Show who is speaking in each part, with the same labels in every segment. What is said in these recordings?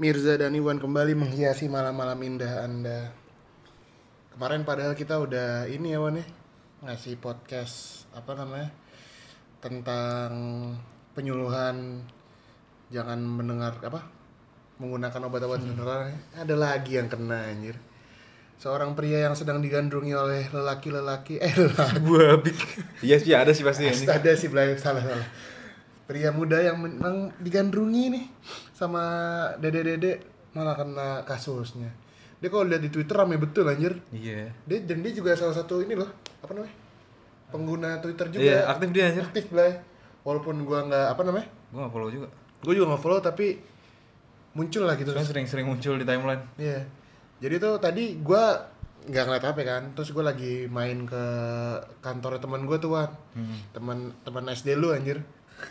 Speaker 1: Mirza dan Iwan kembali menghiasi malam-malam indah Anda. Kemarin padahal kita udah ini ya Wan ya, ngasih podcast apa namanya tentang penyuluhan jangan mendengar apa menggunakan obat-obatan terlarang. Ada lagi yang kena anjir. Seorang pria yang sedang digandrungi oleh lelaki-lelaki eh lelaki
Speaker 2: Gua big. Iya sih ada sih pasti ini.
Speaker 1: ada sih Blay. salah salah. Pria muda yang menang digandrungi nih sama dede-dede malah kena kasusnya. Dia kalau lihat di Twitter rame betul anjir.
Speaker 2: Iya.
Speaker 1: Dia dan dia juga salah satu ini loh, apa namanya? Pengguna Twitter juga.
Speaker 2: Iya, aktif dia anjir.
Speaker 1: aktif Blay. Walaupun gua nggak apa namanya?
Speaker 2: Gua gak follow juga.
Speaker 1: Gua juga nggak follow tapi muncul lah gitu.
Speaker 2: Soalnya sering-sering muncul di timeline.
Speaker 1: Iya. Jadi tuh tadi gua nggak ngeliat HP kan, terus gua lagi main ke kantor teman gua tuh Wan.
Speaker 2: Hmm.
Speaker 1: Teman teman SD lu anjir.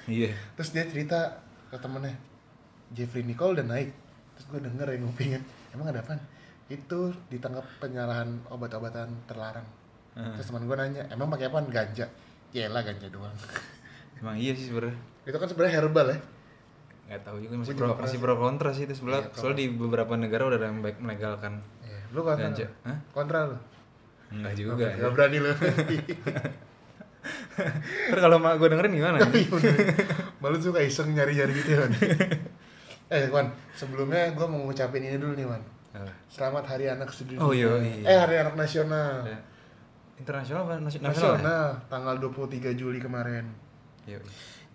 Speaker 2: Iya.
Speaker 1: Terus dia cerita ke temennya, Jeffrey Nicole udah naik. Terus gue denger yang ngupingin, emang ada apaan? Itu ditangkap penyalahan obat-obatan terlarang.
Speaker 2: Hmm.
Speaker 1: Terus teman gue nanya, emang pakai apaan? Ganja. Yaelah ganja doang.
Speaker 2: Emang iya sih sebenarnya.
Speaker 1: itu kan sebenarnya herbal ya.
Speaker 2: Gak tahu juga masih pro, masih pro kontra sih itu sebelah. Soalnya di beberapa negara udah ada yang baik melegalkan.
Speaker 1: Iya, lu kontra.
Speaker 2: Ganja.
Speaker 1: lu?
Speaker 2: Hah?
Speaker 1: Kontra lu.
Speaker 2: Enggak juga. ya.
Speaker 1: Gak berani lu.
Speaker 2: Ntar kalau mak gua dengerin gimana?
Speaker 1: Malu suka iseng nyari-nyari gitu ya, Wan. eh, Wan, sebelumnya gue mau ngucapin ini dulu nih, Wan.
Speaker 2: Apa?
Speaker 1: Selamat Hari Anak Sedunia.
Speaker 2: Oh, iya, iya.
Speaker 1: Eh, Hari Anak Nasional.
Speaker 2: Ada Internasional apa nasi- nasional?
Speaker 1: nasional
Speaker 2: ya?
Speaker 1: nah, tanggal 23 Juli kemarin.
Speaker 2: Iya.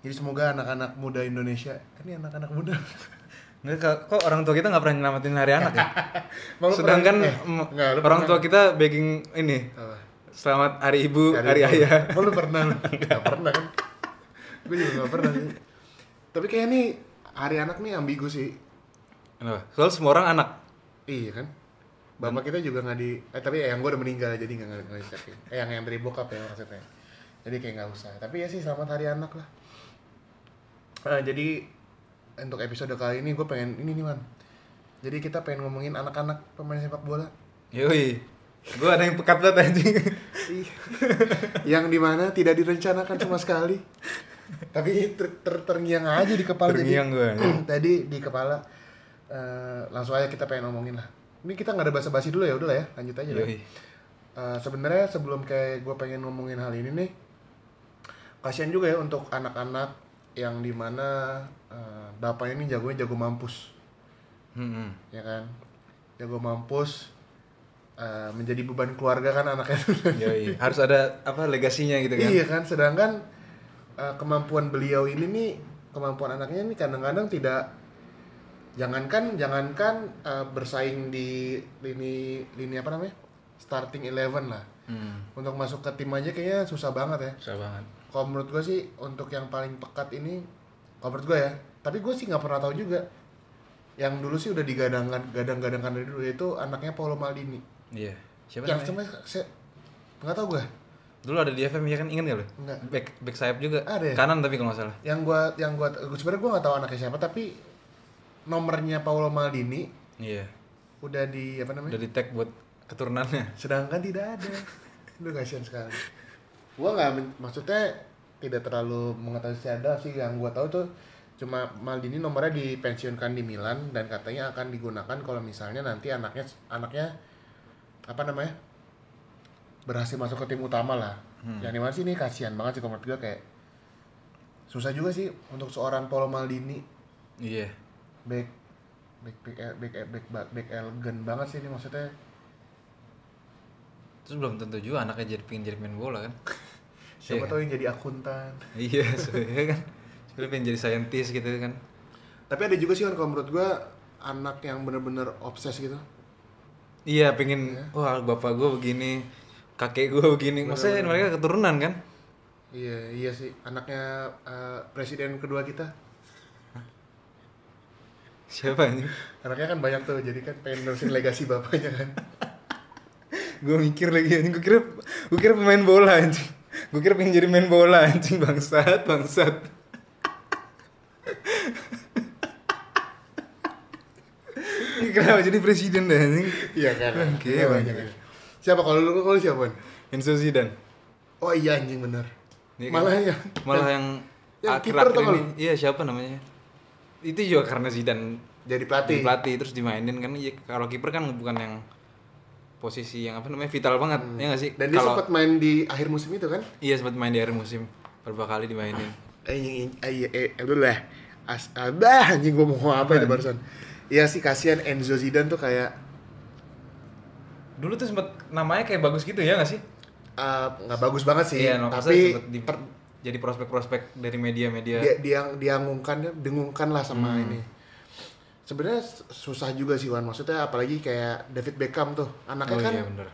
Speaker 1: Jadi semoga anak-anak muda Indonesia, ini anak-anak muda.
Speaker 2: Enggak kok- kok orang tua kita nggak pernah nyelamatin hari anak ya?
Speaker 1: Emang lu
Speaker 2: Sedangkan
Speaker 1: pernah- eh,
Speaker 2: em,
Speaker 1: enggak, lu
Speaker 2: orang
Speaker 1: pernah-
Speaker 2: tua kita baking ini
Speaker 1: Apa?
Speaker 2: selamat hari ibu, hari,
Speaker 1: Ibu.
Speaker 2: ayah.
Speaker 1: Oh, lu pernah? lu? Nggak pernah kan? Gue juga nggak pernah sih. Tapi kayaknya nih hari anak nih ambigu sih.
Speaker 2: Kenapa? Soalnya semua orang anak.
Speaker 1: Iya kan? Bapak kita juga nggak di, eh tapi yang gue udah meninggal jadi nggak nggak nggak diceritain. Eh yang yang dari bokap ya maksudnya. Jadi kayak nggak usah. Tapi ya sih selamat hari anak lah. Nah, jadi untuk episode kali ini gue pengen ini nih man. Jadi kita pengen ngomongin anak-anak pemain sepak bola.
Speaker 2: Yoi. Gue ada yang pekat banget anjing.
Speaker 1: Ih. yang dimana tidak direncanakan sama sekali. Tapi ter, ter- terngiang aja di kepala. jadi-
Speaker 2: Terngiang gua.
Speaker 1: Tadi di kepala eh, langsung aja kita pengen ngomongin lah. Ini kita nggak ada basa-basi dulu ya, udah lah ya, lanjut aja. deh.
Speaker 2: Yoi.
Speaker 1: Eh, sebenarnya sebelum kayak gue pengen ngomongin hal ini nih kasihan juga ya untuk anak-anak yang dimana eh, bapaknya ini jagonya jago mampus
Speaker 2: Hmm.
Speaker 1: ya kan jago mampus eh, menjadi beban keluarga kan anaknya
Speaker 2: Yoi. Harus ada apa legasinya gitu kan?
Speaker 1: iya kan sedangkan eh, kemampuan beliau ini nih kemampuan anaknya ini kadang-kadang tidak jangankan jangankan eh, bersaing di lini lini apa namanya starting eleven lah
Speaker 2: Hmm.
Speaker 1: untuk masuk ke tim aja kayaknya susah banget ya
Speaker 2: Susah banget.
Speaker 1: kalau menurut gue sih untuk yang paling pekat ini kalau menurut gue ya tapi gue sih nggak pernah tahu juga yang dulu sih udah digadangkan gadang-gadangkan dari dulu yaitu anaknya Paolo Maldini
Speaker 2: Iya. Siapa
Speaker 1: yang
Speaker 2: namanya?
Speaker 1: cuma saya nggak tahu gue
Speaker 2: Dulu ada di FM ya kan ingat gak lo?
Speaker 1: Enggak.
Speaker 2: Back back sayap juga.
Speaker 1: Ada ya?
Speaker 2: Kanan tapi kalau nggak salah.
Speaker 1: yang gue yang gue sebenarnya gue nggak tahu anaknya siapa tapi nomornya Paolo Maldini
Speaker 2: Iya.
Speaker 1: udah di apa namanya
Speaker 2: Udah di tag buat keturunannya.
Speaker 1: sedangkan tidak ada lu kasihan sekali gua nggak men- maksudnya tidak terlalu mengetahui secara sih yang gua tahu tuh cuma Maldini nomornya dipensiunkan di Milan dan katanya akan digunakan kalau misalnya nanti anaknya anaknya apa namanya berhasil masuk ke tim utama lah yang dimana sih ini kasihan banget sih kalau menurut gua kayak susah juga sih untuk seorang Paolo Maldini
Speaker 2: Iya.
Speaker 1: back back back back back back, back elegan banget sih ini maksudnya
Speaker 2: Terus belum tentu juga anaknya jadi pengen jadi main bola kan?
Speaker 1: siapa
Speaker 2: Iya.
Speaker 1: tahu yang jadi akuntan
Speaker 2: Iya, sebenarnya kan. Sebenarnya pengen jadi scientist gitu kan.
Speaker 1: Tapi ada juga sih kan kalau menurut gua anak yang bener-bener obses gitu.
Speaker 2: Iya, pengen wah bapak gue begini, kakek gue begini. Maksudnya mereka keturunan kan?
Speaker 1: Iya, iya sih. Anaknya eh, presiden kedua kita.
Speaker 2: Siapa ini?
Speaker 1: Anaknya kan banyak tuh, jadi kan pengen nerusin legasi bapaknya kan.
Speaker 2: gue mikir lagi anjing gue kira gue kira pemain bola anjing gue kira pengen jadi main bola anjing bangsat bangsat Ini kenapa jadi presiden dah anjing
Speaker 1: iya kan.
Speaker 2: Oke,
Speaker 1: Iya,
Speaker 2: Bang.
Speaker 1: banyak. Siapa kalau lu kalau lu siapa? Bon?
Speaker 2: Enzo Zidane
Speaker 1: Oh iya anjing bener.
Speaker 2: Iya kan?
Speaker 1: malah ya.
Speaker 2: malah yang
Speaker 1: Yang kiper
Speaker 2: akhir-akhir
Speaker 1: tuh
Speaker 2: ini iya siapa namanya itu juga karena Zidane
Speaker 1: Jadi pelatih.
Speaker 2: pelatih, pelatih terus dimainin kan ya, kalau kiper kan bukan yang posisi yang apa namanya vital banget ya nggak sih
Speaker 1: Hmm. Dan dia
Speaker 2: kalau
Speaker 1: sempat main di akhir musim itu kan?
Speaker 2: iya sempat main di akhir musim beberapa kali dimainin
Speaker 1: Anjing, anjing, eh, aduh lah. As, abah, anjing gue mau ngomong apa itu barusan. Iya sih kasihan Enzo Zidane tuh kayak
Speaker 2: dulu tuh sempat namanya kayak bagus gitu ya nggak sih
Speaker 1: eh, nggak bagus banget sih,
Speaker 2: iya Nokasa
Speaker 1: tapi
Speaker 2: sempat di-
Speaker 1: per- Iya,
Speaker 2: jadi prospek-prospek dari media-media
Speaker 1: dia dia dia ngungkannya dengungkan lah sama
Speaker 2: Hmm.
Speaker 1: ini sebenarnya s- susah juga sih Wan maksudnya apalagi kayak David Beckham tuh anaknya
Speaker 2: oh
Speaker 1: kan
Speaker 2: iya bener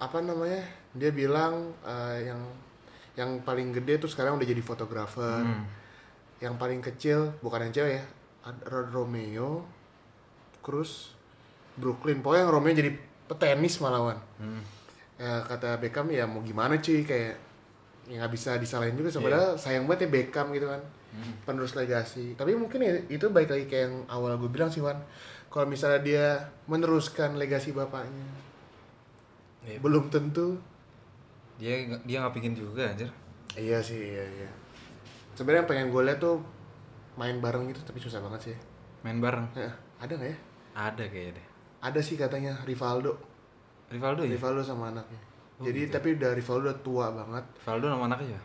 Speaker 1: apa namanya dia bilang eh, yang yang paling gede tuh sekarang udah jadi fotografer
Speaker 2: Hmm.
Speaker 1: yang paling kecil bukan yang cewek ya Ad- Ro- Romeo Cruz Brooklyn pokoknya yang Romeo jadi petenis malawan
Speaker 2: Hmm.
Speaker 1: Ya, kata Beckham ya mau gimana cuy kayak ya nggak bisa disalahin
Speaker 2: Iya.
Speaker 1: juga sebenarnya sayang banget ya Beckham gitu kan
Speaker 2: Hmm.
Speaker 1: penerus legasi tapi mungkin ya, itu baik lagi kayak yang awal gue bilang sih Wan kalau misalnya dia meneruskan legasi bapaknya
Speaker 2: Iya.
Speaker 1: belum tentu
Speaker 2: dia nggak- dia nggak pingin juga anjir
Speaker 1: iya sih iya iya sebenarnya yang pengen gue lihat tuh main bareng gitu tapi susah banget sih
Speaker 2: main bareng
Speaker 1: Heeh. ada nggak ya
Speaker 2: ada kayaknya deh
Speaker 1: ada sih katanya Rivaldo
Speaker 2: Rivaldo ya
Speaker 1: Rivaldo sama anaknya
Speaker 2: Oh gitu
Speaker 1: jadi tapi udah Rivaldo udah tua banget
Speaker 2: Rivaldo nama anaknya ya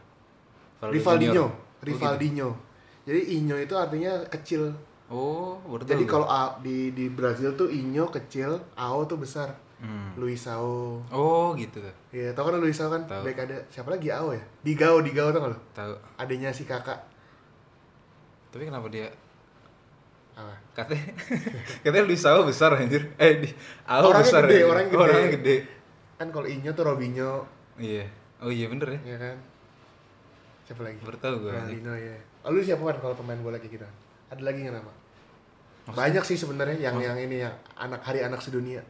Speaker 1: Rivaldinho,
Speaker 2: Junior. gitu.
Speaker 1: Rivaldinho. Jadi Inyo itu artinya kecil.
Speaker 2: oh baru tahu
Speaker 1: Jadi
Speaker 2: gua.
Speaker 1: kalau A- di di Brazil tuh Inyo kecil, Ao tuh besar.
Speaker 2: Hmm.
Speaker 1: Luisao.
Speaker 2: oh gitu
Speaker 1: Ya, tau kan Luisao kan?
Speaker 2: Tahu.
Speaker 1: Baik ada siapa lagi Ao ya? Digao, Digao tau gak lo?
Speaker 2: tahu
Speaker 1: Adanya si kakak.
Speaker 2: tapi kenapa dia
Speaker 1: Apa?
Speaker 2: katanya katanya Luis Sao besar anjir eh di Ao
Speaker 1: Orangnya
Speaker 2: besar
Speaker 1: gede,
Speaker 2: anjir.
Speaker 1: orangnya gede.
Speaker 2: orangnya gede
Speaker 1: Kan kalau Inyo tuh Robinho,
Speaker 2: iya oh iya bener
Speaker 1: ya
Speaker 2: ya
Speaker 1: kan? Siapa lagi?
Speaker 2: baru tahu gue anjir
Speaker 1: Ronaldinho ya. Lalu siapa kan kalau pemain bola kayak gitu? Ada lagi nggak nama? Banyak sih sebenarnya yang yang ini yang anak hari anak sedunia.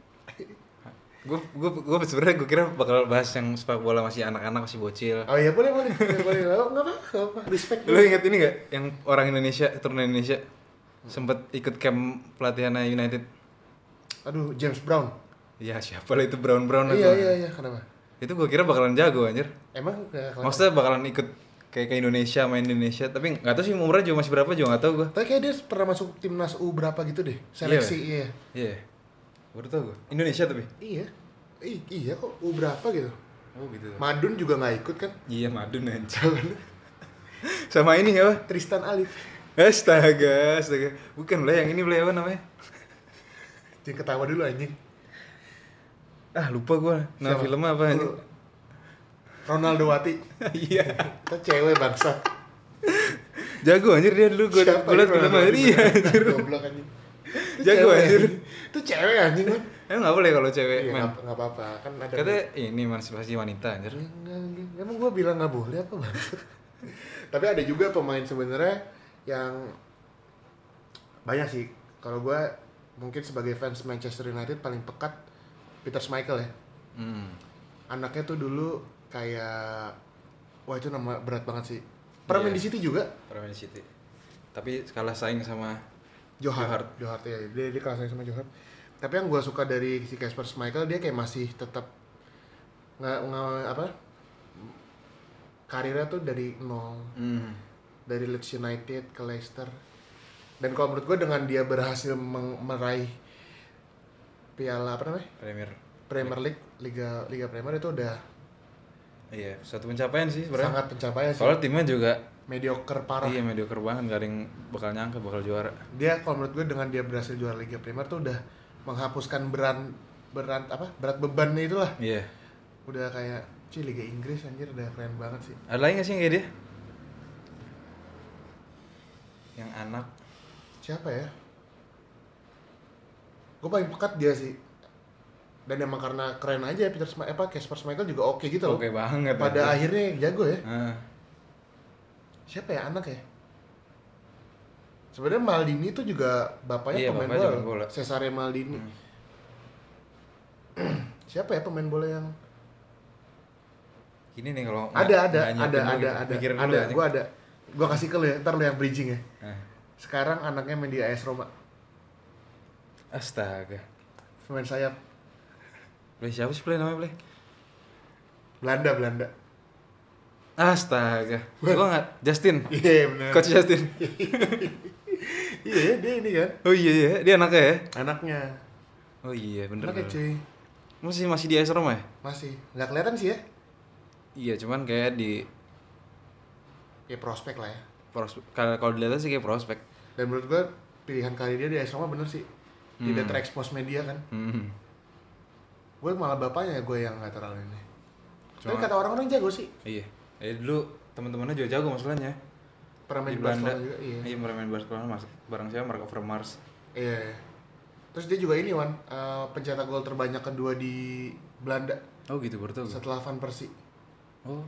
Speaker 2: gue gue gue sebenarnya gue kira bakal bahas yang sepak bola masih anak-anak masih bocil
Speaker 1: Oh iya boleh boleh boleh boleh. Oh, nggak apa nggak apa. Respect.
Speaker 2: lo inget ini gak yang orang Indonesia keturunan Indonesia sempet ikut camp pelatihan United
Speaker 1: Aduh, James Brown.
Speaker 2: ya siapa lah itu brown brown
Speaker 1: iya, iya, iya, kenapa?
Speaker 2: itu gue kira bakalan jago anjir
Speaker 1: Emang ya, kayak kalau
Speaker 2: maksudnya bakalan ikut kayak ke Indonesia main di Indonesia tapi nggak tahu sih umurnya juga masih berapa juga nggak tahu gue
Speaker 1: tapi kayak dia pernah masuk timnas U berapa gitu deh, seleksi iya.
Speaker 2: iya baru tahu gue Indonesia tapi
Speaker 1: Iya. I- iya kok U berapa gitu.
Speaker 2: oh gitu
Speaker 1: Madun juga nggak ikut kan?
Speaker 2: iya madun anjir sama ini apa
Speaker 1: Tristan Alif.
Speaker 2: astaga astaga bukan boleh yang ini boleh apa namanya
Speaker 1: Jangan ketawa dulu anjing.
Speaker 2: ah lupa gue
Speaker 1: Siapa?
Speaker 2: nama
Speaker 1: Oh.
Speaker 2: filmnya apa anjir
Speaker 1: Lu- Ronaldo Wati.
Speaker 2: iya
Speaker 1: Kita cewek bangsa.
Speaker 2: jago anjir dia dulu gue
Speaker 1: Siapa
Speaker 2: gue liat
Speaker 1: ini Ronaldo
Speaker 2: filmnya
Speaker 1: Wati?
Speaker 2: iya anjir
Speaker 1: Goblok anjing. Itu
Speaker 2: Jago,
Speaker 1: cewek,
Speaker 2: anjir.
Speaker 1: Itu cewek anjing kan?
Speaker 2: emang nggak boleh kalau cewek
Speaker 1: Iya,
Speaker 2: main
Speaker 1: nggak- nggak apa-apa. Kan ada
Speaker 2: katanya ini emansipasi wanita anjir
Speaker 1: Enggak, enggak. Emang gue bilang nggak boleh apa bang? Tapi ada juga pemain sebenarnya yang banyak sih. Kalau gue mungkin sebagai fans Manchester United paling pekat Peter Schmeichel ya.
Speaker 2: hmm.
Speaker 1: Anaknya tuh dulu kayak wah itu nama berat banget sih. Pernah main
Speaker 2: Iya.
Speaker 1: di City juga?
Speaker 2: Permen City tapi kalah saing sama Johar.
Speaker 1: Johar. Johar ya. Dia, dia kalah saya sama Johar. Tapi yang gue suka dari si Casper Schmeichel dia kayak masih tetap nggak nggak- apa karirnya tuh dari nol
Speaker 2: hmm.
Speaker 1: dari Leeds United ke Leicester. Dan kalau menurut gue dengan dia berhasil meng- meraih piala apa namanya
Speaker 2: Premier
Speaker 1: Premier League Liga Liga Premier itu udah
Speaker 2: Iya, suatu pencapaian sih sebenarnya.
Speaker 1: sangat pencapaian sih.
Speaker 2: Soalnya timnya juga
Speaker 1: Mediocre parah.
Speaker 2: iya mediocre banget, gak ada yang bakal nyangka bakal juara.
Speaker 1: Dia kalau menurut gue dengan dia berhasil juara Liga Premier tuh udah menghapuskan beran beran apa berat bebannya itulah.
Speaker 2: Iya.
Speaker 1: Udah kayak Cih Liga Inggris anjir udah keren banget sih.
Speaker 2: Ada lagi gak sih yang kayak dia? Yang anak
Speaker 1: Siapa ya? Gue paling pekat dia sih. Dan emang karena keren aja ya, Peter Schme- apa Casper Schmeichel juga oke gitu loh.
Speaker 2: oke banget.
Speaker 1: pada
Speaker 2: anjir.
Speaker 1: akhirnya jago ya
Speaker 2: Ah,
Speaker 1: siapa ya anak ya sebenarnya Maldini tuh juga bapaknya
Speaker 2: Iya,
Speaker 1: pemain
Speaker 2: bapaknya
Speaker 1: bola,
Speaker 2: pemain bola. Hmm.
Speaker 1: Cesare Maldini siapa ya pemain bola yang
Speaker 2: Ini nih kalau nggak-
Speaker 1: ada ada
Speaker 2: nggak nyiapin
Speaker 1: ada
Speaker 2: dulu
Speaker 1: ada
Speaker 2: gitu,
Speaker 1: ada
Speaker 2: mikirin dulu
Speaker 1: ada
Speaker 2: anjing.
Speaker 1: gue ada gue kasih ke lu ya ntar lu yang bridging ya
Speaker 2: Ah,
Speaker 1: sekarang anaknya main di AS Roma
Speaker 2: Astaga.
Speaker 1: pemain sayap
Speaker 2: Play siapa sih play namanya play?
Speaker 1: Belanda Belanda
Speaker 2: Astaga. Gua nggak Justin.
Speaker 1: Iya benar.
Speaker 2: Coach Justin.
Speaker 1: Iya dia ini kan
Speaker 2: Oh iya ya, dia anaknya ya.
Speaker 1: anaknya.
Speaker 2: Oh iya, bener.
Speaker 1: Anaknya cuy
Speaker 2: Masih masih di asrama ya?
Speaker 1: masih nggak kelihatan sih ya.
Speaker 2: Iya, cuman kayak di
Speaker 1: Ya prospek lah ya.
Speaker 2: prospek kalau kalau dilihat sih kayak prospek.
Speaker 1: Dan menurut gua pilihan kali dia di asrama bener sih. Tidak terekspos media kan.
Speaker 2: Hmm.
Speaker 1: Gue malah bapaknya gue yang nggak terlalu ini. Tapi
Speaker 2: Cuma-
Speaker 1: kata orang-orang jago sih.
Speaker 2: Iya. Eh dulu teman-temannya juga jago masalahnya.
Speaker 1: Pernah main
Speaker 2: Di
Speaker 1: di
Speaker 2: Belanda.
Speaker 1: Barcelona juga. Iya.
Speaker 2: Iya, pernah main Barcelona mas. Barang siapa Marco Vermars.
Speaker 1: Iya. iya. Terus dia juga ini Wan, eh, pencetak gol terbanyak kedua di Belanda
Speaker 2: Oh gitu baru tahu. gua.
Speaker 1: setelah Van Persie.
Speaker 2: Oh.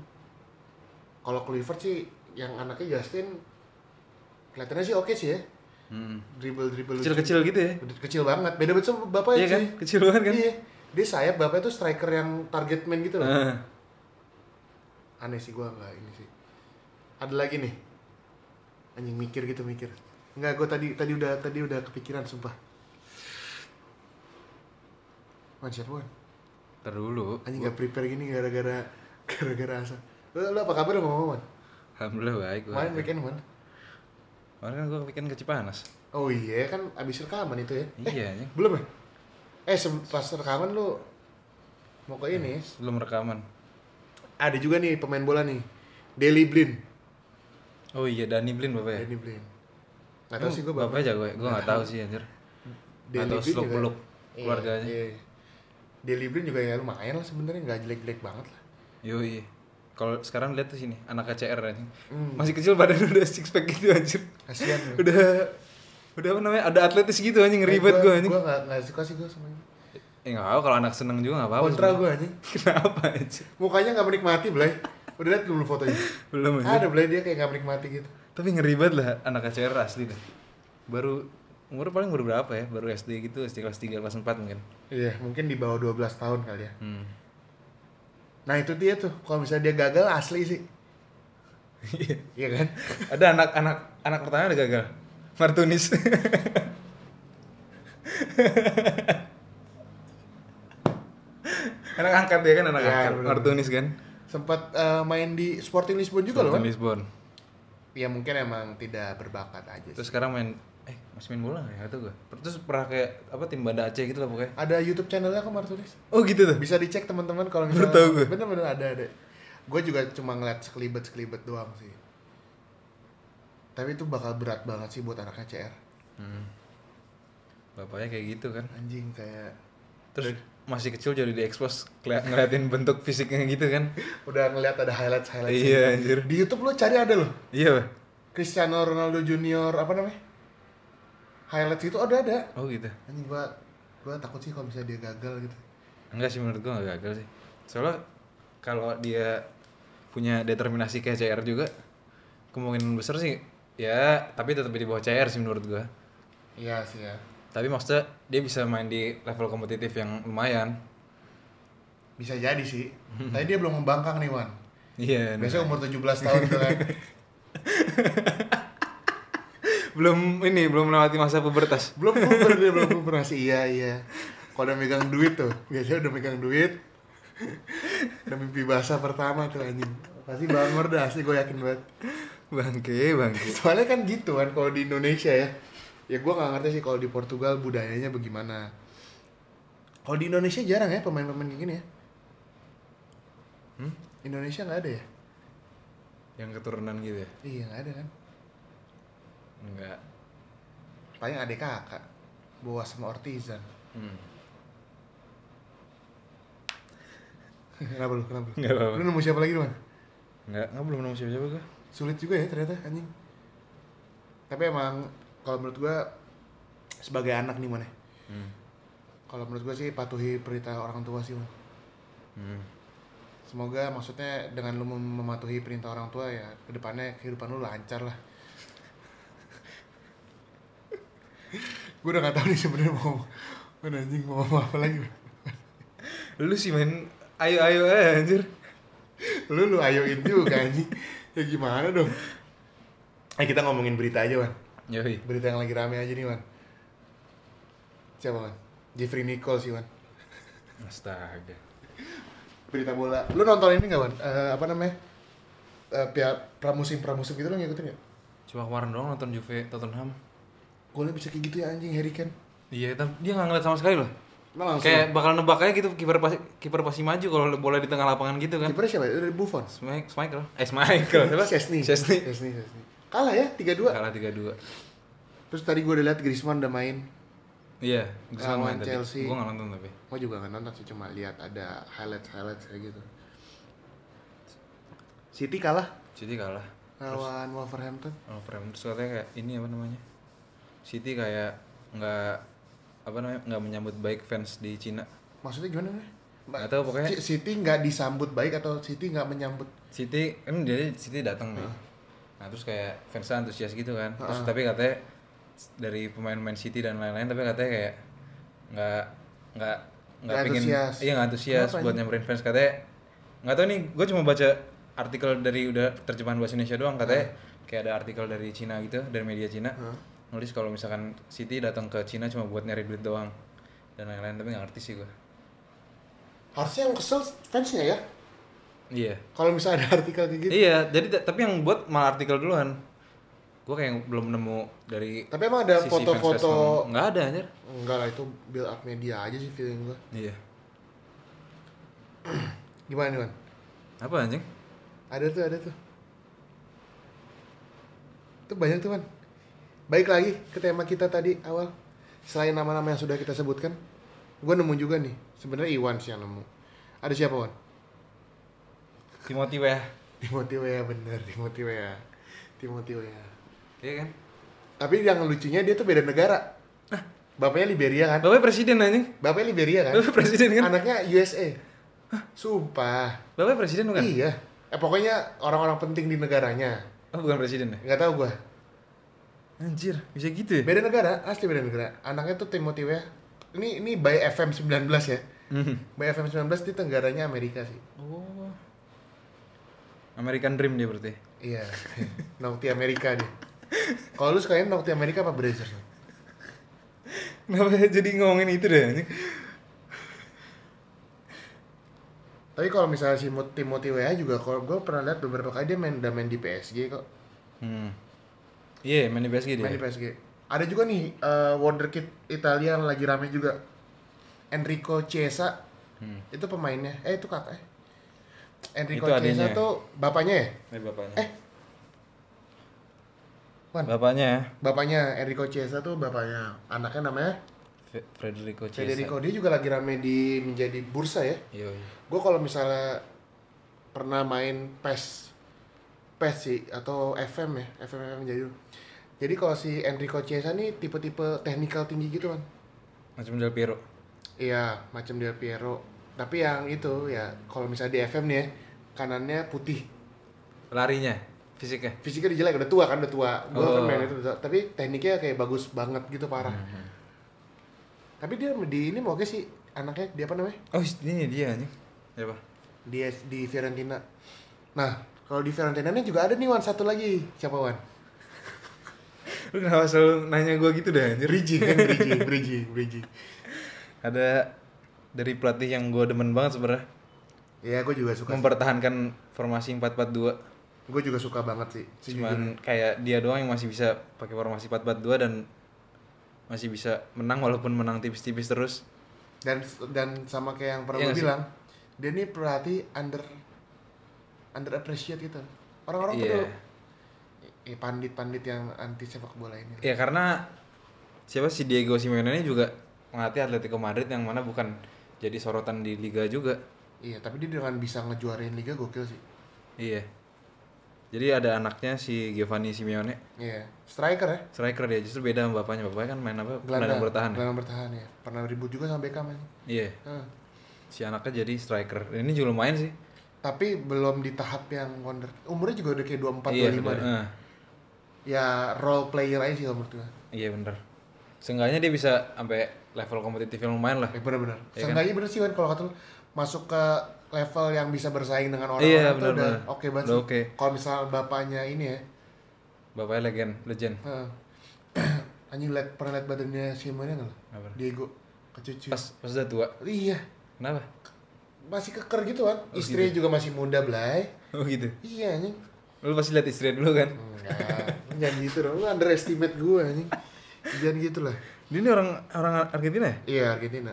Speaker 1: Kalau Kluivert sih yang anaknya Justin kelihatannya sih oke sih ya.
Speaker 2: Hmm.
Speaker 1: Dribble dribble
Speaker 2: Kecil-kecil gitu ya.
Speaker 1: kecil banget. Beda banget sama bapaknya
Speaker 2: Iya kan?
Speaker 1: cuy.
Speaker 2: Kecil banget kan?
Speaker 1: Iya. Dia sayap bapaknya tuh striker yang target man gitu loh.
Speaker 2: Ah.
Speaker 1: Aneh sih gua nggak ini sih. Ada lagi nih. Anjing mikir gitu mikir. Enggak, gua tadi tadi udah tadi udah kepikiran sumpah. Man, siapa Wan?
Speaker 2: Ntar dulu.
Speaker 1: Anjing gak prepare gini gara-gara gara-gara asal. Lo, lo apa kabar ngomong Man?
Speaker 2: Alhamdulillah baik. gua.
Speaker 1: Main weekend man?
Speaker 2: Kemarin kan gue kepikiran ke Cipanas.
Speaker 1: Oh iya kan abis rekaman itu ya? Eh,
Speaker 2: Iya, anjing.
Speaker 1: belum ya? Eh sem- pas rekaman lo mau ke ini ya?
Speaker 2: sebelum rekaman.
Speaker 1: Ada juga nih pemain bola nih. Deli Blin.
Speaker 2: Oh iya, Dani Blin bapak ya.
Speaker 1: Deli Blin. Gak tau
Speaker 2: Emang
Speaker 1: sih gue bapak.
Speaker 2: bapaknya jago ya. Gue nggak tahu sih anjir. Nggak tahu seluk beluk keluarganya.
Speaker 1: Iya, Deli Blin juga ya lumayan lah sebenarnya nggak jelek-jelek banget lah.
Speaker 2: Yoi. Kalau sekarang lihat tuh sini, anak KCR anjing.
Speaker 1: Hmm.
Speaker 2: Masih kecil badan udah six pack gitu anjir.
Speaker 1: Kasian. lu. Eh,
Speaker 2: Udah udah apa namanya? Ada atletis gitu anjing ribet
Speaker 1: Gua-
Speaker 2: gue anjing.
Speaker 1: Gua nggak nggak suka sih gue sama ini.
Speaker 2: Eh enggak apa kalau anak seneng juga enggak apa-apa.
Speaker 1: Kontra gue anjing.
Speaker 2: sebenarnya. Kenapa anjir?
Speaker 1: Mukanya nggak menikmati Blay. Udah liat belum fotonya?
Speaker 2: Belum anjir.
Speaker 1: Ada Blay dia kayak gak menikmati gitu.
Speaker 2: Tapi ngeri banget lah anak KCR asli dah. Baru umur paling baru berapa ya? Baru SD gitu, SD kelas 3, kelas 4 mungkin.
Speaker 1: Iya, mungkin di bawah 12 tahun kali ya.
Speaker 2: Hmm.
Speaker 1: Nah, itu dia tuh. Kalau misalnya dia gagal asli sih. Iya kan?
Speaker 2: Ada anak-anak anak pertama ada gagal. Martunis. anak angkat ya kan anak
Speaker 1: Ya,
Speaker 2: angkat.
Speaker 1: bener.
Speaker 2: Martunis kan.
Speaker 1: Sempat eh, main di Sporting Lisbon juga loh kan?
Speaker 2: Martunis Bon.
Speaker 1: Ya mungkin emang tidak berbakat aja sih.
Speaker 2: Terus sekarang main eh masih main bola nggak ya atau gua? Terus pernah kayak apa tim Banda Aceh gitu lah pokoknya.
Speaker 1: Ada YouTube channelnya kok Martunis.
Speaker 2: Oh gitu tuh.
Speaker 1: Bisa dicek teman-teman kalau
Speaker 2: Baru
Speaker 1: misalnya.
Speaker 2: tahu gue.
Speaker 1: Bener-bener ada ada. Gue juga cuma ngeliat sekelibet-sekelibet doang sih. Tapi itu bakal berat banget sih buat anak CR.
Speaker 2: Hmm. Bapaknya kayak gitu kan.
Speaker 1: Anjing kayak
Speaker 2: Terus masih kecil jadi diekspos keli- ngeliatin bentuk fisiknya gitu kan.
Speaker 1: udah ngeliat ada highlights highlights
Speaker 2: iya anjir.
Speaker 1: di YouTube lo cari ada loh
Speaker 2: Iya, Pak.
Speaker 1: Cristiano Ronaldo Junior apa namanya highlights itu ada ada
Speaker 2: Oh gitu.
Speaker 1: anjing gua gua takut sih kalau misalnya dia gagal gitu
Speaker 2: Enggak sih menurut gua enggak gagal sih. Soalnya kalau dia punya determinasi kayak CR juga kemungkinan besar sih ya tapi tetap di bawah CR sih menurut gua.
Speaker 1: iya sih ya
Speaker 2: Tapi maksudnya dia bisa main di level kompetitif yang lumayan.
Speaker 1: bisa jadi sih tapi dia belum membangkang nih Wan
Speaker 2: Iya. nah.
Speaker 1: biasanya umur 17 tahun tuh kan
Speaker 2: Belum ini belum melewati masa pubertas.
Speaker 1: belum puber dia belum puber masih iya iya kalau udah megang duit tuh biasanya udah megang duit udah mimpi basah pertama tuh anjing pasti bangor dah sih gue yakin banget
Speaker 2: Bangke, bangke.
Speaker 1: soalnya kan gitu kan kalau di Indonesia ya ya gue nggak ngerti sih kalau di Portugal budayanya bagaimana kalau di Indonesia jarang ya pemain-pemain kayak gini ya
Speaker 2: Hmm?
Speaker 1: Indonesia nggak ada ya
Speaker 2: Yang keturunan gitu ya.
Speaker 1: iya nggak ada kan
Speaker 2: Enggak.
Speaker 1: paling adik kakak bawa sama Ortizan
Speaker 2: Hmm.
Speaker 1: kenapa lu kenapa lu?
Speaker 2: Nggak apa-apa.
Speaker 1: lu nemu siapa lagi Luan
Speaker 2: Enggak, enggak belum nemu siapa-siapa gua.
Speaker 1: sulit juga ya ternyata anjing tapi emang kalau menurut gue sebagai anak nih mana
Speaker 2: Hmm.
Speaker 1: kalau menurut gue sih patuhi perintah orang tua sih man
Speaker 2: Hmm.
Speaker 1: Semoga maksudnya dengan lu mem- mematuhi perintah orang tua ya kedepannya kehidupan lu lancar lah. gue udah gak tau nih sebenarnya mau mau anjing mau ngomong apa lagi.
Speaker 2: Lu sih main ayo ayo eh, anjir.
Speaker 1: Lu lu ayoin juga anjing. Ya gimana dong? Eh kita ngomongin berita aja, Wan.
Speaker 2: Yoi.
Speaker 1: Berita yang lagi rame aja nih, Wan. Siapa, Wan? Jeffrey Nicole sih, Wan.
Speaker 2: Astaga.
Speaker 1: Berita bola. Lu nonton ini gak, Wan? Eh, apa namanya? eh, pihak pramusim pramusim gitu lo ngikutin gak?
Speaker 2: Cuma kemarin doang nonton Juve Tottenham.
Speaker 1: Golnya bisa kayak gitu ya anjing Harry Kane.
Speaker 2: Iya, tapi dia nggak ngeliat sama sekali loh.
Speaker 1: Lo Oh, langsung.
Speaker 2: Kayak bakal nebak aja gitu kiper pasti kiper pasti maju kalau bola di tengah lapangan gitu kan.
Speaker 1: Kipernya siapa? Dari Buffon.
Speaker 2: Smike, Michael. Eh, Michael. Siapa?
Speaker 1: Chesney.
Speaker 2: Chesney.
Speaker 1: Chesney. Chesney. Kalah ya 3-2.
Speaker 2: Kalah 3-2.
Speaker 1: Terus tadi gue udah liat Griezmann udah main.
Speaker 2: Iya, Griezmann
Speaker 1: Lawan
Speaker 2: main tadi.
Speaker 1: Chelsea.
Speaker 2: Gua nggak nonton tapi.
Speaker 1: Gue juga gak nonton sih cuma lihat ada highlights highlights kayak gitu. City kalah
Speaker 2: Jadi kalah.
Speaker 1: lawan Wolverhampton.
Speaker 2: Overham terus katanya kayak ini apa namanya? City kayak nggak apa namanya? nggak menyambut baik fans di Cina.
Speaker 1: Maksudnya gimana nih?
Speaker 2: Nggak tahu pokoknya.
Speaker 1: C- City nggak disambut baik atau City nggak menyambut
Speaker 2: City kan jadi City datang nih. Nah, terus kayak fansnya antusias gitu kan. Terus tapi katanya dari pemain-pemain City dan lain-lain tapi katanya kayak nggak nggak nggak
Speaker 1: Nggak
Speaker 2: pengen
Speaker 1: antusias.
Speaker 2: iya nggak antusias
Speaker 1: Kenapa
Speaker 2: buat nyamperin fans katanya nggak tahu nih gue cuma baca artikel dari udah terjemahan bahasa Indonesia doang katanya kayak ada artikel dari Cina gitu dari media Cina nulis kalau misalkan City datang ke Cina cuma buat nyari duit doang dan lain-lain tapi nggak ngerti sih gue
Speaker 1: harusnya yang kesel fansnya ya
Speaker 2: iya
Speaker 1: kalau misalnya ada artikel kayak gitu
Speaker 2: Iya, jadi ta- tapi yang buat malah artikel duluan. Gue kayak belum nemu dari
Speaker 1: tapi emang ada
Speaker 2: sisi fans-fans
Speaker 1: foto-foto
Speaker 2: ngomong. nggak ada anjir.
Speaker 1: enggak lah itu build up media aja sih feeling gue
Speaker 2: Iya.
Speaker 1: gimana nih man
Speaker 2: Apa anjing?
Speaker 1: ada tuh ada tuh itu banyak tuh man baik lagi ke tema kita tadi awal selain nama-nama yang sudah kita sebutkan gue nemu juga nih sebenarnya Iwan sih yang nemu ada siapa Wan?
Speaker 2: Timothy Wea.
Speaker 1: Timothy Wea bener Timothy Wea Timothy Wea
Speaker 2: Iya kan?
Speaker 1: tapi yang lucunya dia tuh beda negara bapaknya Liberia kan
Speaker 2: Bapak presiden anjing.
Speaker 1: Bapaknya Liberia kan?
Speaker 2: Bapak presiden kan?
Speaker 1: Anaknya USA. Sumpah.
Speaker 2: Bapak presiden bukan?
Speaker 1: Iya. Eh pokoknya orang-orang penting di negaranya.
Speaker 2: Oh, bukan presiden ya?
Speaker 1: Gak tahu gua.
Speaker 2: Anjir, bisa gitu ya?
Speaker 1: Beda negara, asli beda negara. Anaknya tuh Timothy Wea. Ini ini by FM 19 ya.
Speaker 2: Mhm.
Speaker 1: By FM 19 di tenggaranya Amerika sih.
Speaker 2: Oh. American Dream dia berarti.
Speaker 1: Iya. Nongti Amerika dia. Kalau lu sekalian Nongti Amerika apa Brazzer? ya
Speaker 2: Kenapa jadi ngomongin itu deh anjing?
Speaker 1: Tapi kalau misalnya si Mo- Timothy Wea juga kalau gua pernah lihat beberapa kali dia main udah main di PSG kok.
Speaker 2: Hmm. Iya, main di PSG dia.
Speaker 1: Main di PSG. Ada juga nih eh, wonderkid Italia yang lagi rame juga. Enrico Chiesa.
Speaker 2: Hmm.
Speaker 1: Itu pemainnya. Eh itu kakak. eh. Enrico
Speaker 2: Itu
Speaker 1: Chiesa
Speaker 2: adanya.
Speaker 1: tuh bapaknya ya?
Speaker 2: Eh, bapaknya.
Speaker 1: Eh. Wan.
Speaker 2: Bapaknya ya.
Speaker 1: Bapaknya Enrico Chiesa tuh bapaknya. Anaknya namanya
Speaker 2: Fe- Federico Chiesa.
Speaker 1: Federico. Dia juga lagi rame di menjadi bursa ya.
Speaker 2: Iya. iya.
Speaker 1: Gue kalau misalnya pernah main PES PES sih atau FM ya, FM FM jadi dulu. Jadi kalau si Enrico Chiesa nih tipe-tipe technical tinggi gitu kan.
Speaker 2: Macam Del Piero.
Speaker 1: Iya, macam dia Piero. Tapi yang itu ya, kalau misalnya di FM nih ya, kanannya putih.
Speaker 2: larinya fisiknya
Speaker 1: Fisiknya dia jelek, udah tua kan, udah tua. Gue kan
Speaker 2: Oh.
Speaker 1: main itu, udah tua. tapi tekniknya kayak bagus banget gitu parah. Tapi dia di ini mau oke sih, anaknya dia apa namanya?
Speaker 2: oh ini dia anjing ya pak
Speaker 1: Dia di Fiorentina. Nah, kalau di Fiorentina ini juga ada nih Wan satu lagi. Siapa Wan?
Speaker 2: lu kenapa selalu nanya gua gitu dah anjir
Speaker 1: Brigi, kan Brigi, Brigi, Brigi.
Speaker 2: ada dari pelatih yang gua demen banget sebenarnya
Speaker 1: Ya, gue juga suka.
Speaker 2: mempertahankan formasi 4-4-2
Speaker 1: Gue juga suka banget sih. sejujurnya.
Speaker 2: cuman kayak dia doang yang masih bisa pakai formasi 4-4-2 dan masih bisa menang walaupun menang tipis-tipis terus
Speaker 1: dan dan sama kayak yang pernah
Speaker 2: Iya
Speaker 1: gue
Speaker 2: nggak sih?
Speaker 1: bilang dia ini pelatih under under appreciate gitu orang-orang
Speaker 2: Iya.
Speaker 1: tuh eh, pandit-pandit yang anti sepak bola ini
Speaker 2: ya karena siapa si Diego Simeone ini juga melatih Atletico Madrid yang mana bukan jadi sorotan di liga juga
Speaker 1: iya tapi dia dengan bisa ngejuarain liga gokil sih
Speaker 2: iya jadi ada anaknya si Giovanni Simeone
Speaker 1: iya striker ya
Speaker 2: striker dia justru beda sama bapaknya bapaknya kan main apa gelandang bertahan ya?
Speaker 1: gelandang bertahan ya pernah ribut juga sama Beckham ya.
Speaker 2: iya
Speaker 1: Heeh.
Speaker 2: si anaknya jadi striker ini juga lumayan sih
Speaker 1: tapi belum di tahap yang wonder umurnya juga udah kayak 24
Speaker 2: iya
Speaker 1: 25
Speaker 2: udah,
Speaker 1: deh
Speaker 2: eh.
Speaker 1: ya role player aja sih kalau menurut gue
Speaker 2: iya bener seenggaknya dia bisa sampai level kompetitif yang lumayan lah
Speaker 1: Eh, bener-bener.
Speaker 2: Iya kan?
Speaker 1: Seenggaknya bener sih Wan kalau kata lu masuk ke level yang bisa bersaing dengan orang-orang
Speaker 2: Iya,
Speaker 1: itu udah
Speaker 2: bener-bener.
Speaker 1: oke banget
Speaker 2: Udah
Speaker 1: sih.
Speaker 2: oke.
Speaker 1: Kalau misal bapaknya ini ya,
Speaker 2: bapaknya legend legend
Speaker 1: heeh. anjing liat pernah liat badannya Simonnya nggak lo?
Speaker 2: Apa?
Speaker 1: Diego kecucu.
Speaker 2: pas pas udah tua
Speaker 1: Iya,
Speaker 2: kenapa
Speaker 1: masih keker gitu kan. Istrinya juga masih muda belai.
Speaker 2: oh gitu
Speaker 1: Iya anjing.
Speaker 2: Lu pasti lihat istrinya dulu kan.
Speaker 1: Enggak, lu jangan gitu dong. Lu underestimate gue anjing. Jangan gitu lah.
Speaker 2: Dia ini orang orang Argentina ya?
Speaker 1: Iya, Argentina.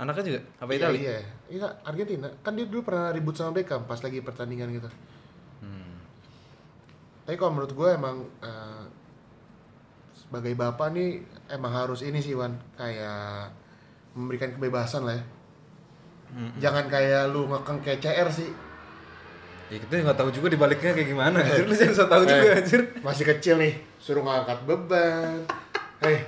Speaker 2: Anaknya juga apa
Speaker 1: Iya,
Speaker 2: Itali?
Speaker 1: Iya, iya. Argentina. Kan dia dulu pernah ribut sama Beckham pas lagi pertandingan gitu. Tapi kalau menurut gue emang eh, sebagai bapak nih emang harus ini sih Wan kayak memberikan kebebasan lah ya. Jangan kayak lu ngekeng kayak CR sih.
Speaker 2: Ya kita nggak tahu juga dibaliknya kayak gimana. Anjir lu jangan so tahu juga
Speaker 1: Nah, Eh,
Speaker 2: anjir.
Speaker 1: Masih kecil nih, suruh ngangkat beban. Eh,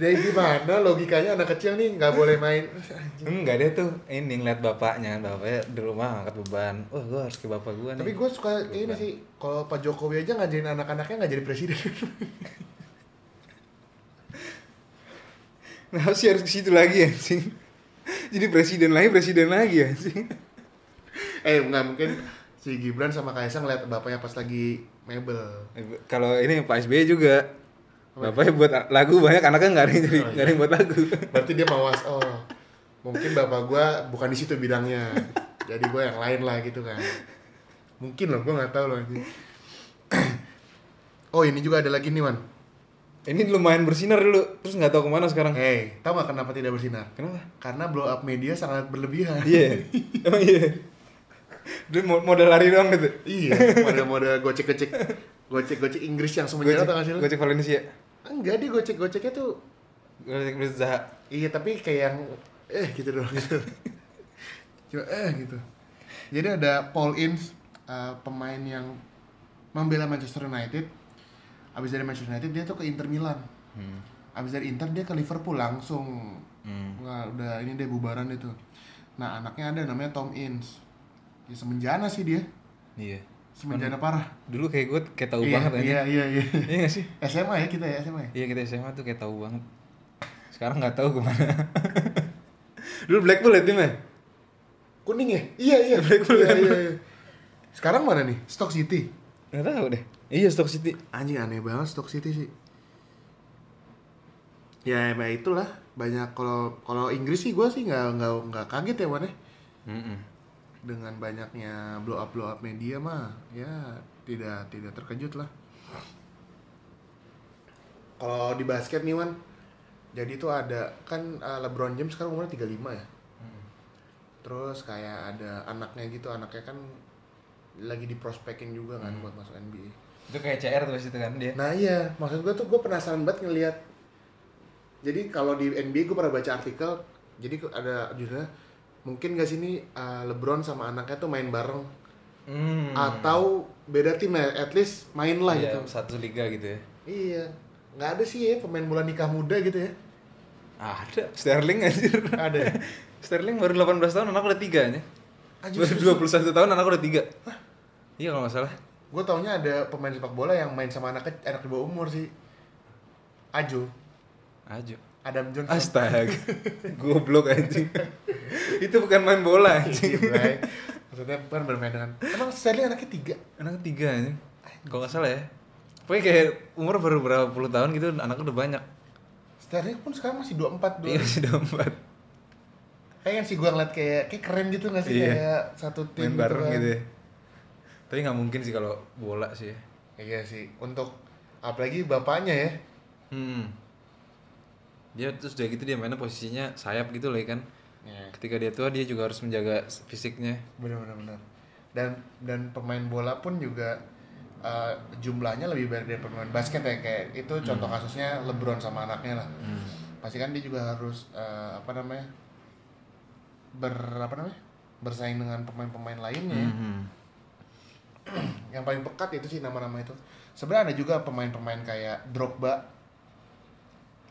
Speaker 1: dia gimana logikanya anak kecil nih nggak boleh main.
Speaker 2: Enggak dia tuh ini ngeliat bapaknya, bapaknya di rumah angkat beban. Wah, gua harus ke bapak gua nih.
Speaker 1: Tapi gue suka kayak ini sih, kalau Pak Jokowi aja ngajarin anak-anaknya nggak jadi presiden.
Speaker 2: Nah, harus harus ke situ lagi anjing. Jadi presiden lagi, presiden lagi anjing.
Speaker 1: eh nggak mungkin si Gibran sama Kaisang ngeliat bapaknya pas lagi mebel.
Speaker 2: Kalau ini Pak SBY juga
Speaker 1: Oh, iya.
Speaker 2: Bapaknya buat lagu banyak anaknya nggak ada yang jadi nggak ada yang buat lagu.
Speaker 1: Berarti dia mawas. Oh, mungkin bapak gue bukan di situ bidangnya. jadi gue yang lain lah gitu kan. Mungkin loh, gue nggak tahu loh. anjing. oh ini juga ada lagi nih man.
Speaker 2: Ini lumayan bersinar dulu, terus nggak tahu kemana sekarang.
Speaker 1: Hey, tahu nggak kenapa tidak bersinar?
Speaker 2: Kenapa?
Speaker 1: Karena blow up media sangat berlebihan.
Speaker 2: Iya, emang iya. Dia mo- modal lari doang gitu.
Speaker 1: iya, model-model gocek-gocek gocek-gocek Inggris yang semuanya tau gak sih lu?
Speaker 2: Gocek Valencia,
Speaker 1: Enggak, dia gocek-goceknya tuh
Speaker 2: gocek Mesut Zaha.
Speaker 1: Iya tapi kayak yang eh gitu doang gitu. Cuma eh gitu. Jadi ada Paul Ince eh, pemain yang membela Manchester United. Abis dari Manchester United dia tuh ke Inter Milan.
Speaker 2: Hmm.
Speaker 1: Abis dari Inter dia ke Liverpool langsung.
Speaker 2: Hmm.
Speaker 1: Wah, udah ini deh bubaran itu. Nah anaknya ada namanya Tom Ince. Ya semenjana sih dia.
Speaker 2: Iya.
Speaker 1: Semenjana parah.
Speaker 2: Dulu kayak gue kayak tahu
Speaker 1: iya,
Speaker 2: banget aja.
Speaker 1: iya, iya, iya.
Speaker 2: Iya nggak sih?
Speaker 1: SMA ya kita ya SMA ya.
Speaker 2: Iya kita SMA tuh kayak tahu banget. Sekarang nggak tahu kemana. Dulu Blackpool ya timnya?
Speaker 1: Kuning ya? Iya iya.
Speaker 2: Blackpool
Speaker 1: iya,
Speaker 2: kan?
Speaker 1: iya, iya. Sekarang mana nih? Stock City.
Speaker 2: Nggak tahu deh. Iya Stock City.
Speaker 1: Anjing aneh banget Stock City sih. Ya emang itulah banyak kalau kalau Inggris sih gue sih nggak nggak nggak kaget ya Wan ya. dengan banyaknya blow up blow up media mah ya tidak tidak terkejut lah. Kalau di basket nih Wan, jadi tuh ada kan eh, LeBron James sekarang umurnya 35 ya. Terus kayak ada anaknya gitu, anaknya kan lagi diprospekin juga kan buat masuk NBA.
Speaker 2: Itu kayak CR tuh situ kan dia.
Speaker 1: Nah iya, maksud gue tuh gue penasaran banget ngelihat. Jadi kalau di NBA gue pernah baca artikel, jadi ke- ada judulnya mungkin gak sih ini uh, LeBron sama anaknya tuh main bareng
Speaker 2: Hmm.
Speaker 1: atau beda tim ya, at least main lah
Speaker 2: Iya,
Speaker 1: gitu.
Speaker 2: satu liga gitu ya.
Speaker 1: Iya, nggak ada sih ya pemain bola nikah muda gitu ya.
Speaker 2: Ada. Sterling anjir.
Speaker 1: Ada. ya?
Speaker 2: Sterling baru 18 tahun anak udah 3 aja.
Speaker 1: Anjir,
Speaker 2: Baru 21 tahun anak udah 3. Iya kalau nggak salah.
Speaker 1: gue taunya ada pemain sepak bola yang main sama anak kecil, anak di bawah umur sih. Ajo,
Speaker 2: Ajo.
Speaker 1: Adam Johnson.
Speaker 2: Astaga. Goblok anjing. Itu bukan main bola anjing.
Speaker 1: Iya, Bray. Maksudnya bukan bermain dengan. Emang Sterling anaknya tiga.
Speaker 2: Anak ketiga anjing. Kalau nggak salah ya. Pokoknya kayak umur baru berapa puluh tahun gitu anaknya udah banyak.
Speaker 1: Sterling pun sekarang masih 24 dua
Speaker 2: Iya sudah empat.
Speaker 1: Pengen sih gue ngeliat kayak, kayak keren gitu gak sih
Speaker 2: Iya.
Speaker 1: kayak satu tim
Speaker 2: Main bareng
Speaker 1: kan.
Speaker 2: gitu ya. Tapi nggak mungkin sih kalau bola sih ya.
Speaker 1: Iya sih, untuk apalagi bapaknya ya.
Speaker 2: Hmm. Dia terus udah gitu dia mainnya posisinya sayap gitu loh ya kan. Ketika dia tua dia juga harus menjaga fisiknya.
Speaker 1: Iya, Bener-bener bener. Dan dan pemain bola pun juga eh, jumlahnya lebih banyak dari pemain basket ya kayak itu
Speaker 2: Hmm.
Speaker 1: contoh kasusnya LeBron sama anaknya lah. Pasti kan dia juga harus eh, apa namanya? ber apa namanya? bersaing dengan pemain-pemain lainnya.
Speaker 2: Iya. Hmm.
Speaker 1: ya. yang paling pekat itu sih nama-nama itu sebenarnya ada juga pemain-pemain kayak Drogba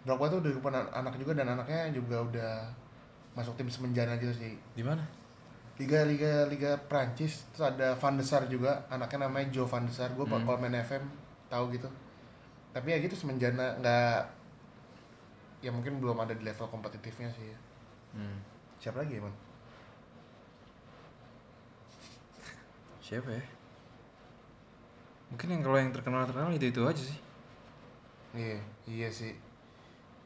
Speaker 1: Drogba tuh udah pernah anak juga dan anaknya juga udah masuk tim semenjana gitu sih
Speaker 2: Di mana?
Speaker 1: liga liga liga Prancis terus ada Van de Sar juga anaknya namanya Joe Van de Sar gue kalau main FM tahu gitu tapi ya gitu semenjana nggak ya mungkin belum ada di level kompetitifnya sih ya.
Speaker 2: Hmm.
Speaker 1: siapa lagi ya man
Speaker 2: Siapa ya? Mungkin yang kalau yang terkenal terkenal itu itu aja sih.
Speaker 1: iya iya sih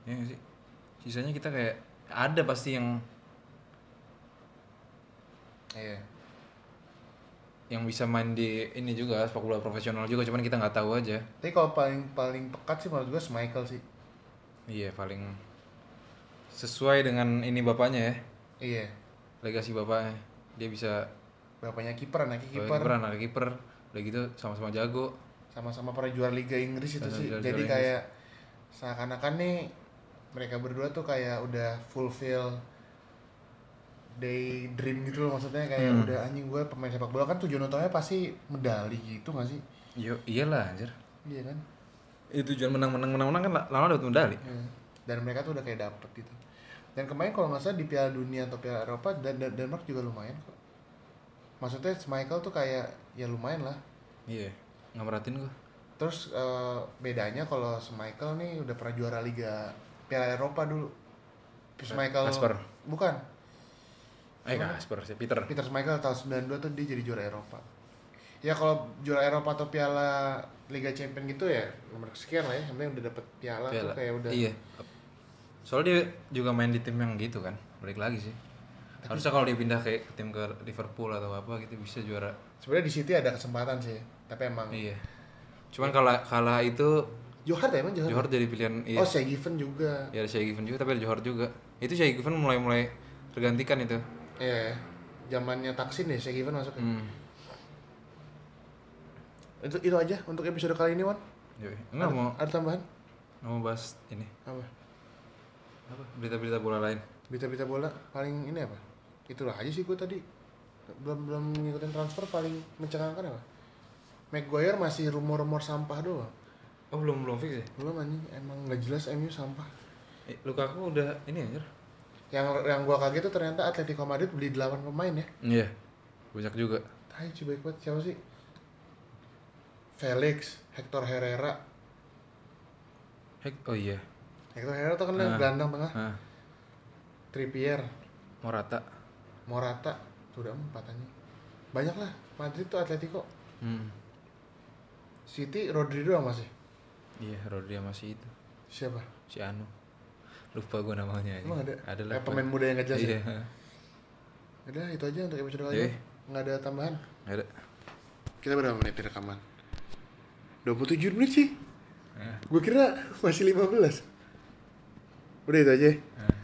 Speaker 2: Iya nggak sih. Sisanya kita kayak ada pasti yang
Speaker 1: iya
Speaker 2: yang bisa main di ini juga sepak bola profesional juga cuman kita nggak tahu aja
Speaker 1: Tapi kalau paling paling pekat sih menurut gue Michael sih.
Speaker 2: iya paling sesuai dengan ini bapaknya ya
Speaker 1: Iya.
Speaker 2: legasi bapaknya dia bisa
Speaker 1: Bapaknya kiper, anaknya
Speaker 2: kiper
Speaker 1: kiper.
Speaker 2: anak kiper udah gitu sama-sama jago
Speaker 1: Sama-sama pernah juara Liga Inggris itu
Speaker 2: Sama
Speaker 1: sih.
Speaker 2: juara-
Speaker 1: Jadi
Speaker 2: juara
Speaker 1: kayak seakan-akan nih mereka berdua tuh kayak udah fulfill day dream gitu loh maksudnya kayak
Speaker 2: Hmm.
Speaker 1: udah anjing gue pemain sepak bola kan tujuan utamanya pasti medali gitu gak sih?
Speaker 2: yo iyalah anjir
Speaker 1: Iya kan?
Speaker 2: itu tujuan menang menang menang menang kan la- lama dapat medali
Speaker 1: Iya. Dan mereka tuh udah kayak dapet gitu. Dan kemarin kalau nggak salah di Piala Dunia atau Piala Eropa dan dan Denmark juga lumayan kok. Maksudnya Michael tuh kayak ya lumayan lah.
Speaker 2: iya nggak merhatiin gua
Speaker 1: Terus eh, bedanya kalau Michael nih udah pernah juara Liga Piala Eropa dulu. Terus Michael
Speaker 2: Kasper.
Speaker 1: bukan.
Speaker 2: eh Kasper sih Peter
Speaker 1: Peter Michael tahun 92 tuh dia jadi juara Eropa. Ya kalau juara Eropa atau Piala Liga Champion gitu ya nomor sekian lah ya, sebenarnya udah dapet piala,
Speaker 2: Piala.
Speaker 1: tuh kayak udah
Speaker 2: Iya. Soalnya dia juga main di tim yang gitu kan. Balik lagi sih. Harusnya kalau dia pindah kayak ke tim ke Liverpool atau apa gitu bisa juara.
Speaker 1: sebenarnya di City ada kesempatan sih, tapi emang
Speaker 2: Iya. Cuman kalah kalah itu
Speaker 1: Johar tuh emang Johar.
Speaker 2: Johor jadi pilihan iya.
Speaker 1: Oh, saya Given juga.
Speaker 2: Ya ada Shai Given juga tapi ada Johor juga. Itu Shai Given mulai-mulai tergantikan itu.
Speaker 1: Iya. Zamannya Taksin deh saya Given masuk.
Speaker 2: Hmm.
Speaker 1: Itu itu aja untuk episode kali ini, Wan.
Speaker 2: Yoi. Enggak Hmm. mau
Speaker 1: Ada tambahan?
Speaker 2: nggak mau bahas ini.
Speaker 1: Apa?
Speaker 2: Apa? Berita-berita bola lain.
Speaker 1: Berita-berita bola paling ini apa? Itulah aja sih gue tadi. Belum belum ngikutin transfer paling mencengangkan apa? Maguire masih rumor-rumor sampah doang.
Speaker 2: Oh, belum belum fix ya.
Speaker 1: Belum anjing, emang nggak jelas MU sampah.
Speaker 2: Eh, Lukaku udah ini anjir.
Speaker 1: Yang yang gua kaget tuh ternyata Atletico Madrid beli 8 pemain ya.
Speaker 2: Iya. Banyak juga.
Speaker 1: Tai coba ikut siapa sih? Felix, Hector Herrera.
Speaker 2: Hek, oh iya.
Speaker 1: Hector Herrera tuh kan yang
Speaker 2: Ah.
Speaker 1: gelandang tengah.
Speaker 2: Ah,
Speaker 1: Trippier,
Speaker 2: Morata.
Speaker 1: Morata tuh udah empat anjing banyak lah Madrid tuh Atletico
Speaker 2: Hmm.
Speaker 1: City Rodri doang masih
Speaker 2: Iya, Rodri masih itu.
Speaker 1: siapa
Speaker 2: Si Anu. Lupa gue namanya aja.
Speaker 1: emang ada
Speaker 2: Iya, Ada lah.
Speaker 1: Eh, pemain muda yang gak jelas
Speaker 2: Iya.
Speaker 1: ya udah itu aja untuk episode kali
Speaker 2: Iya.
Speaker 1: ini nggak ada tambahan
Speaker 2: Ada.
Speaker 1: kita berapa menit di rekaman 27 menit sih
Speaker 2: Eh.
Speaker 1: gue kira masih 15
Speaker 2: Eh.
Speaker 1: udah itu aja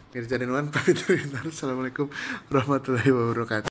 Speaker 1: Mirza dan Wan pamit dari Ntar. Assalamualaikum warahmatullahi wabarakatuh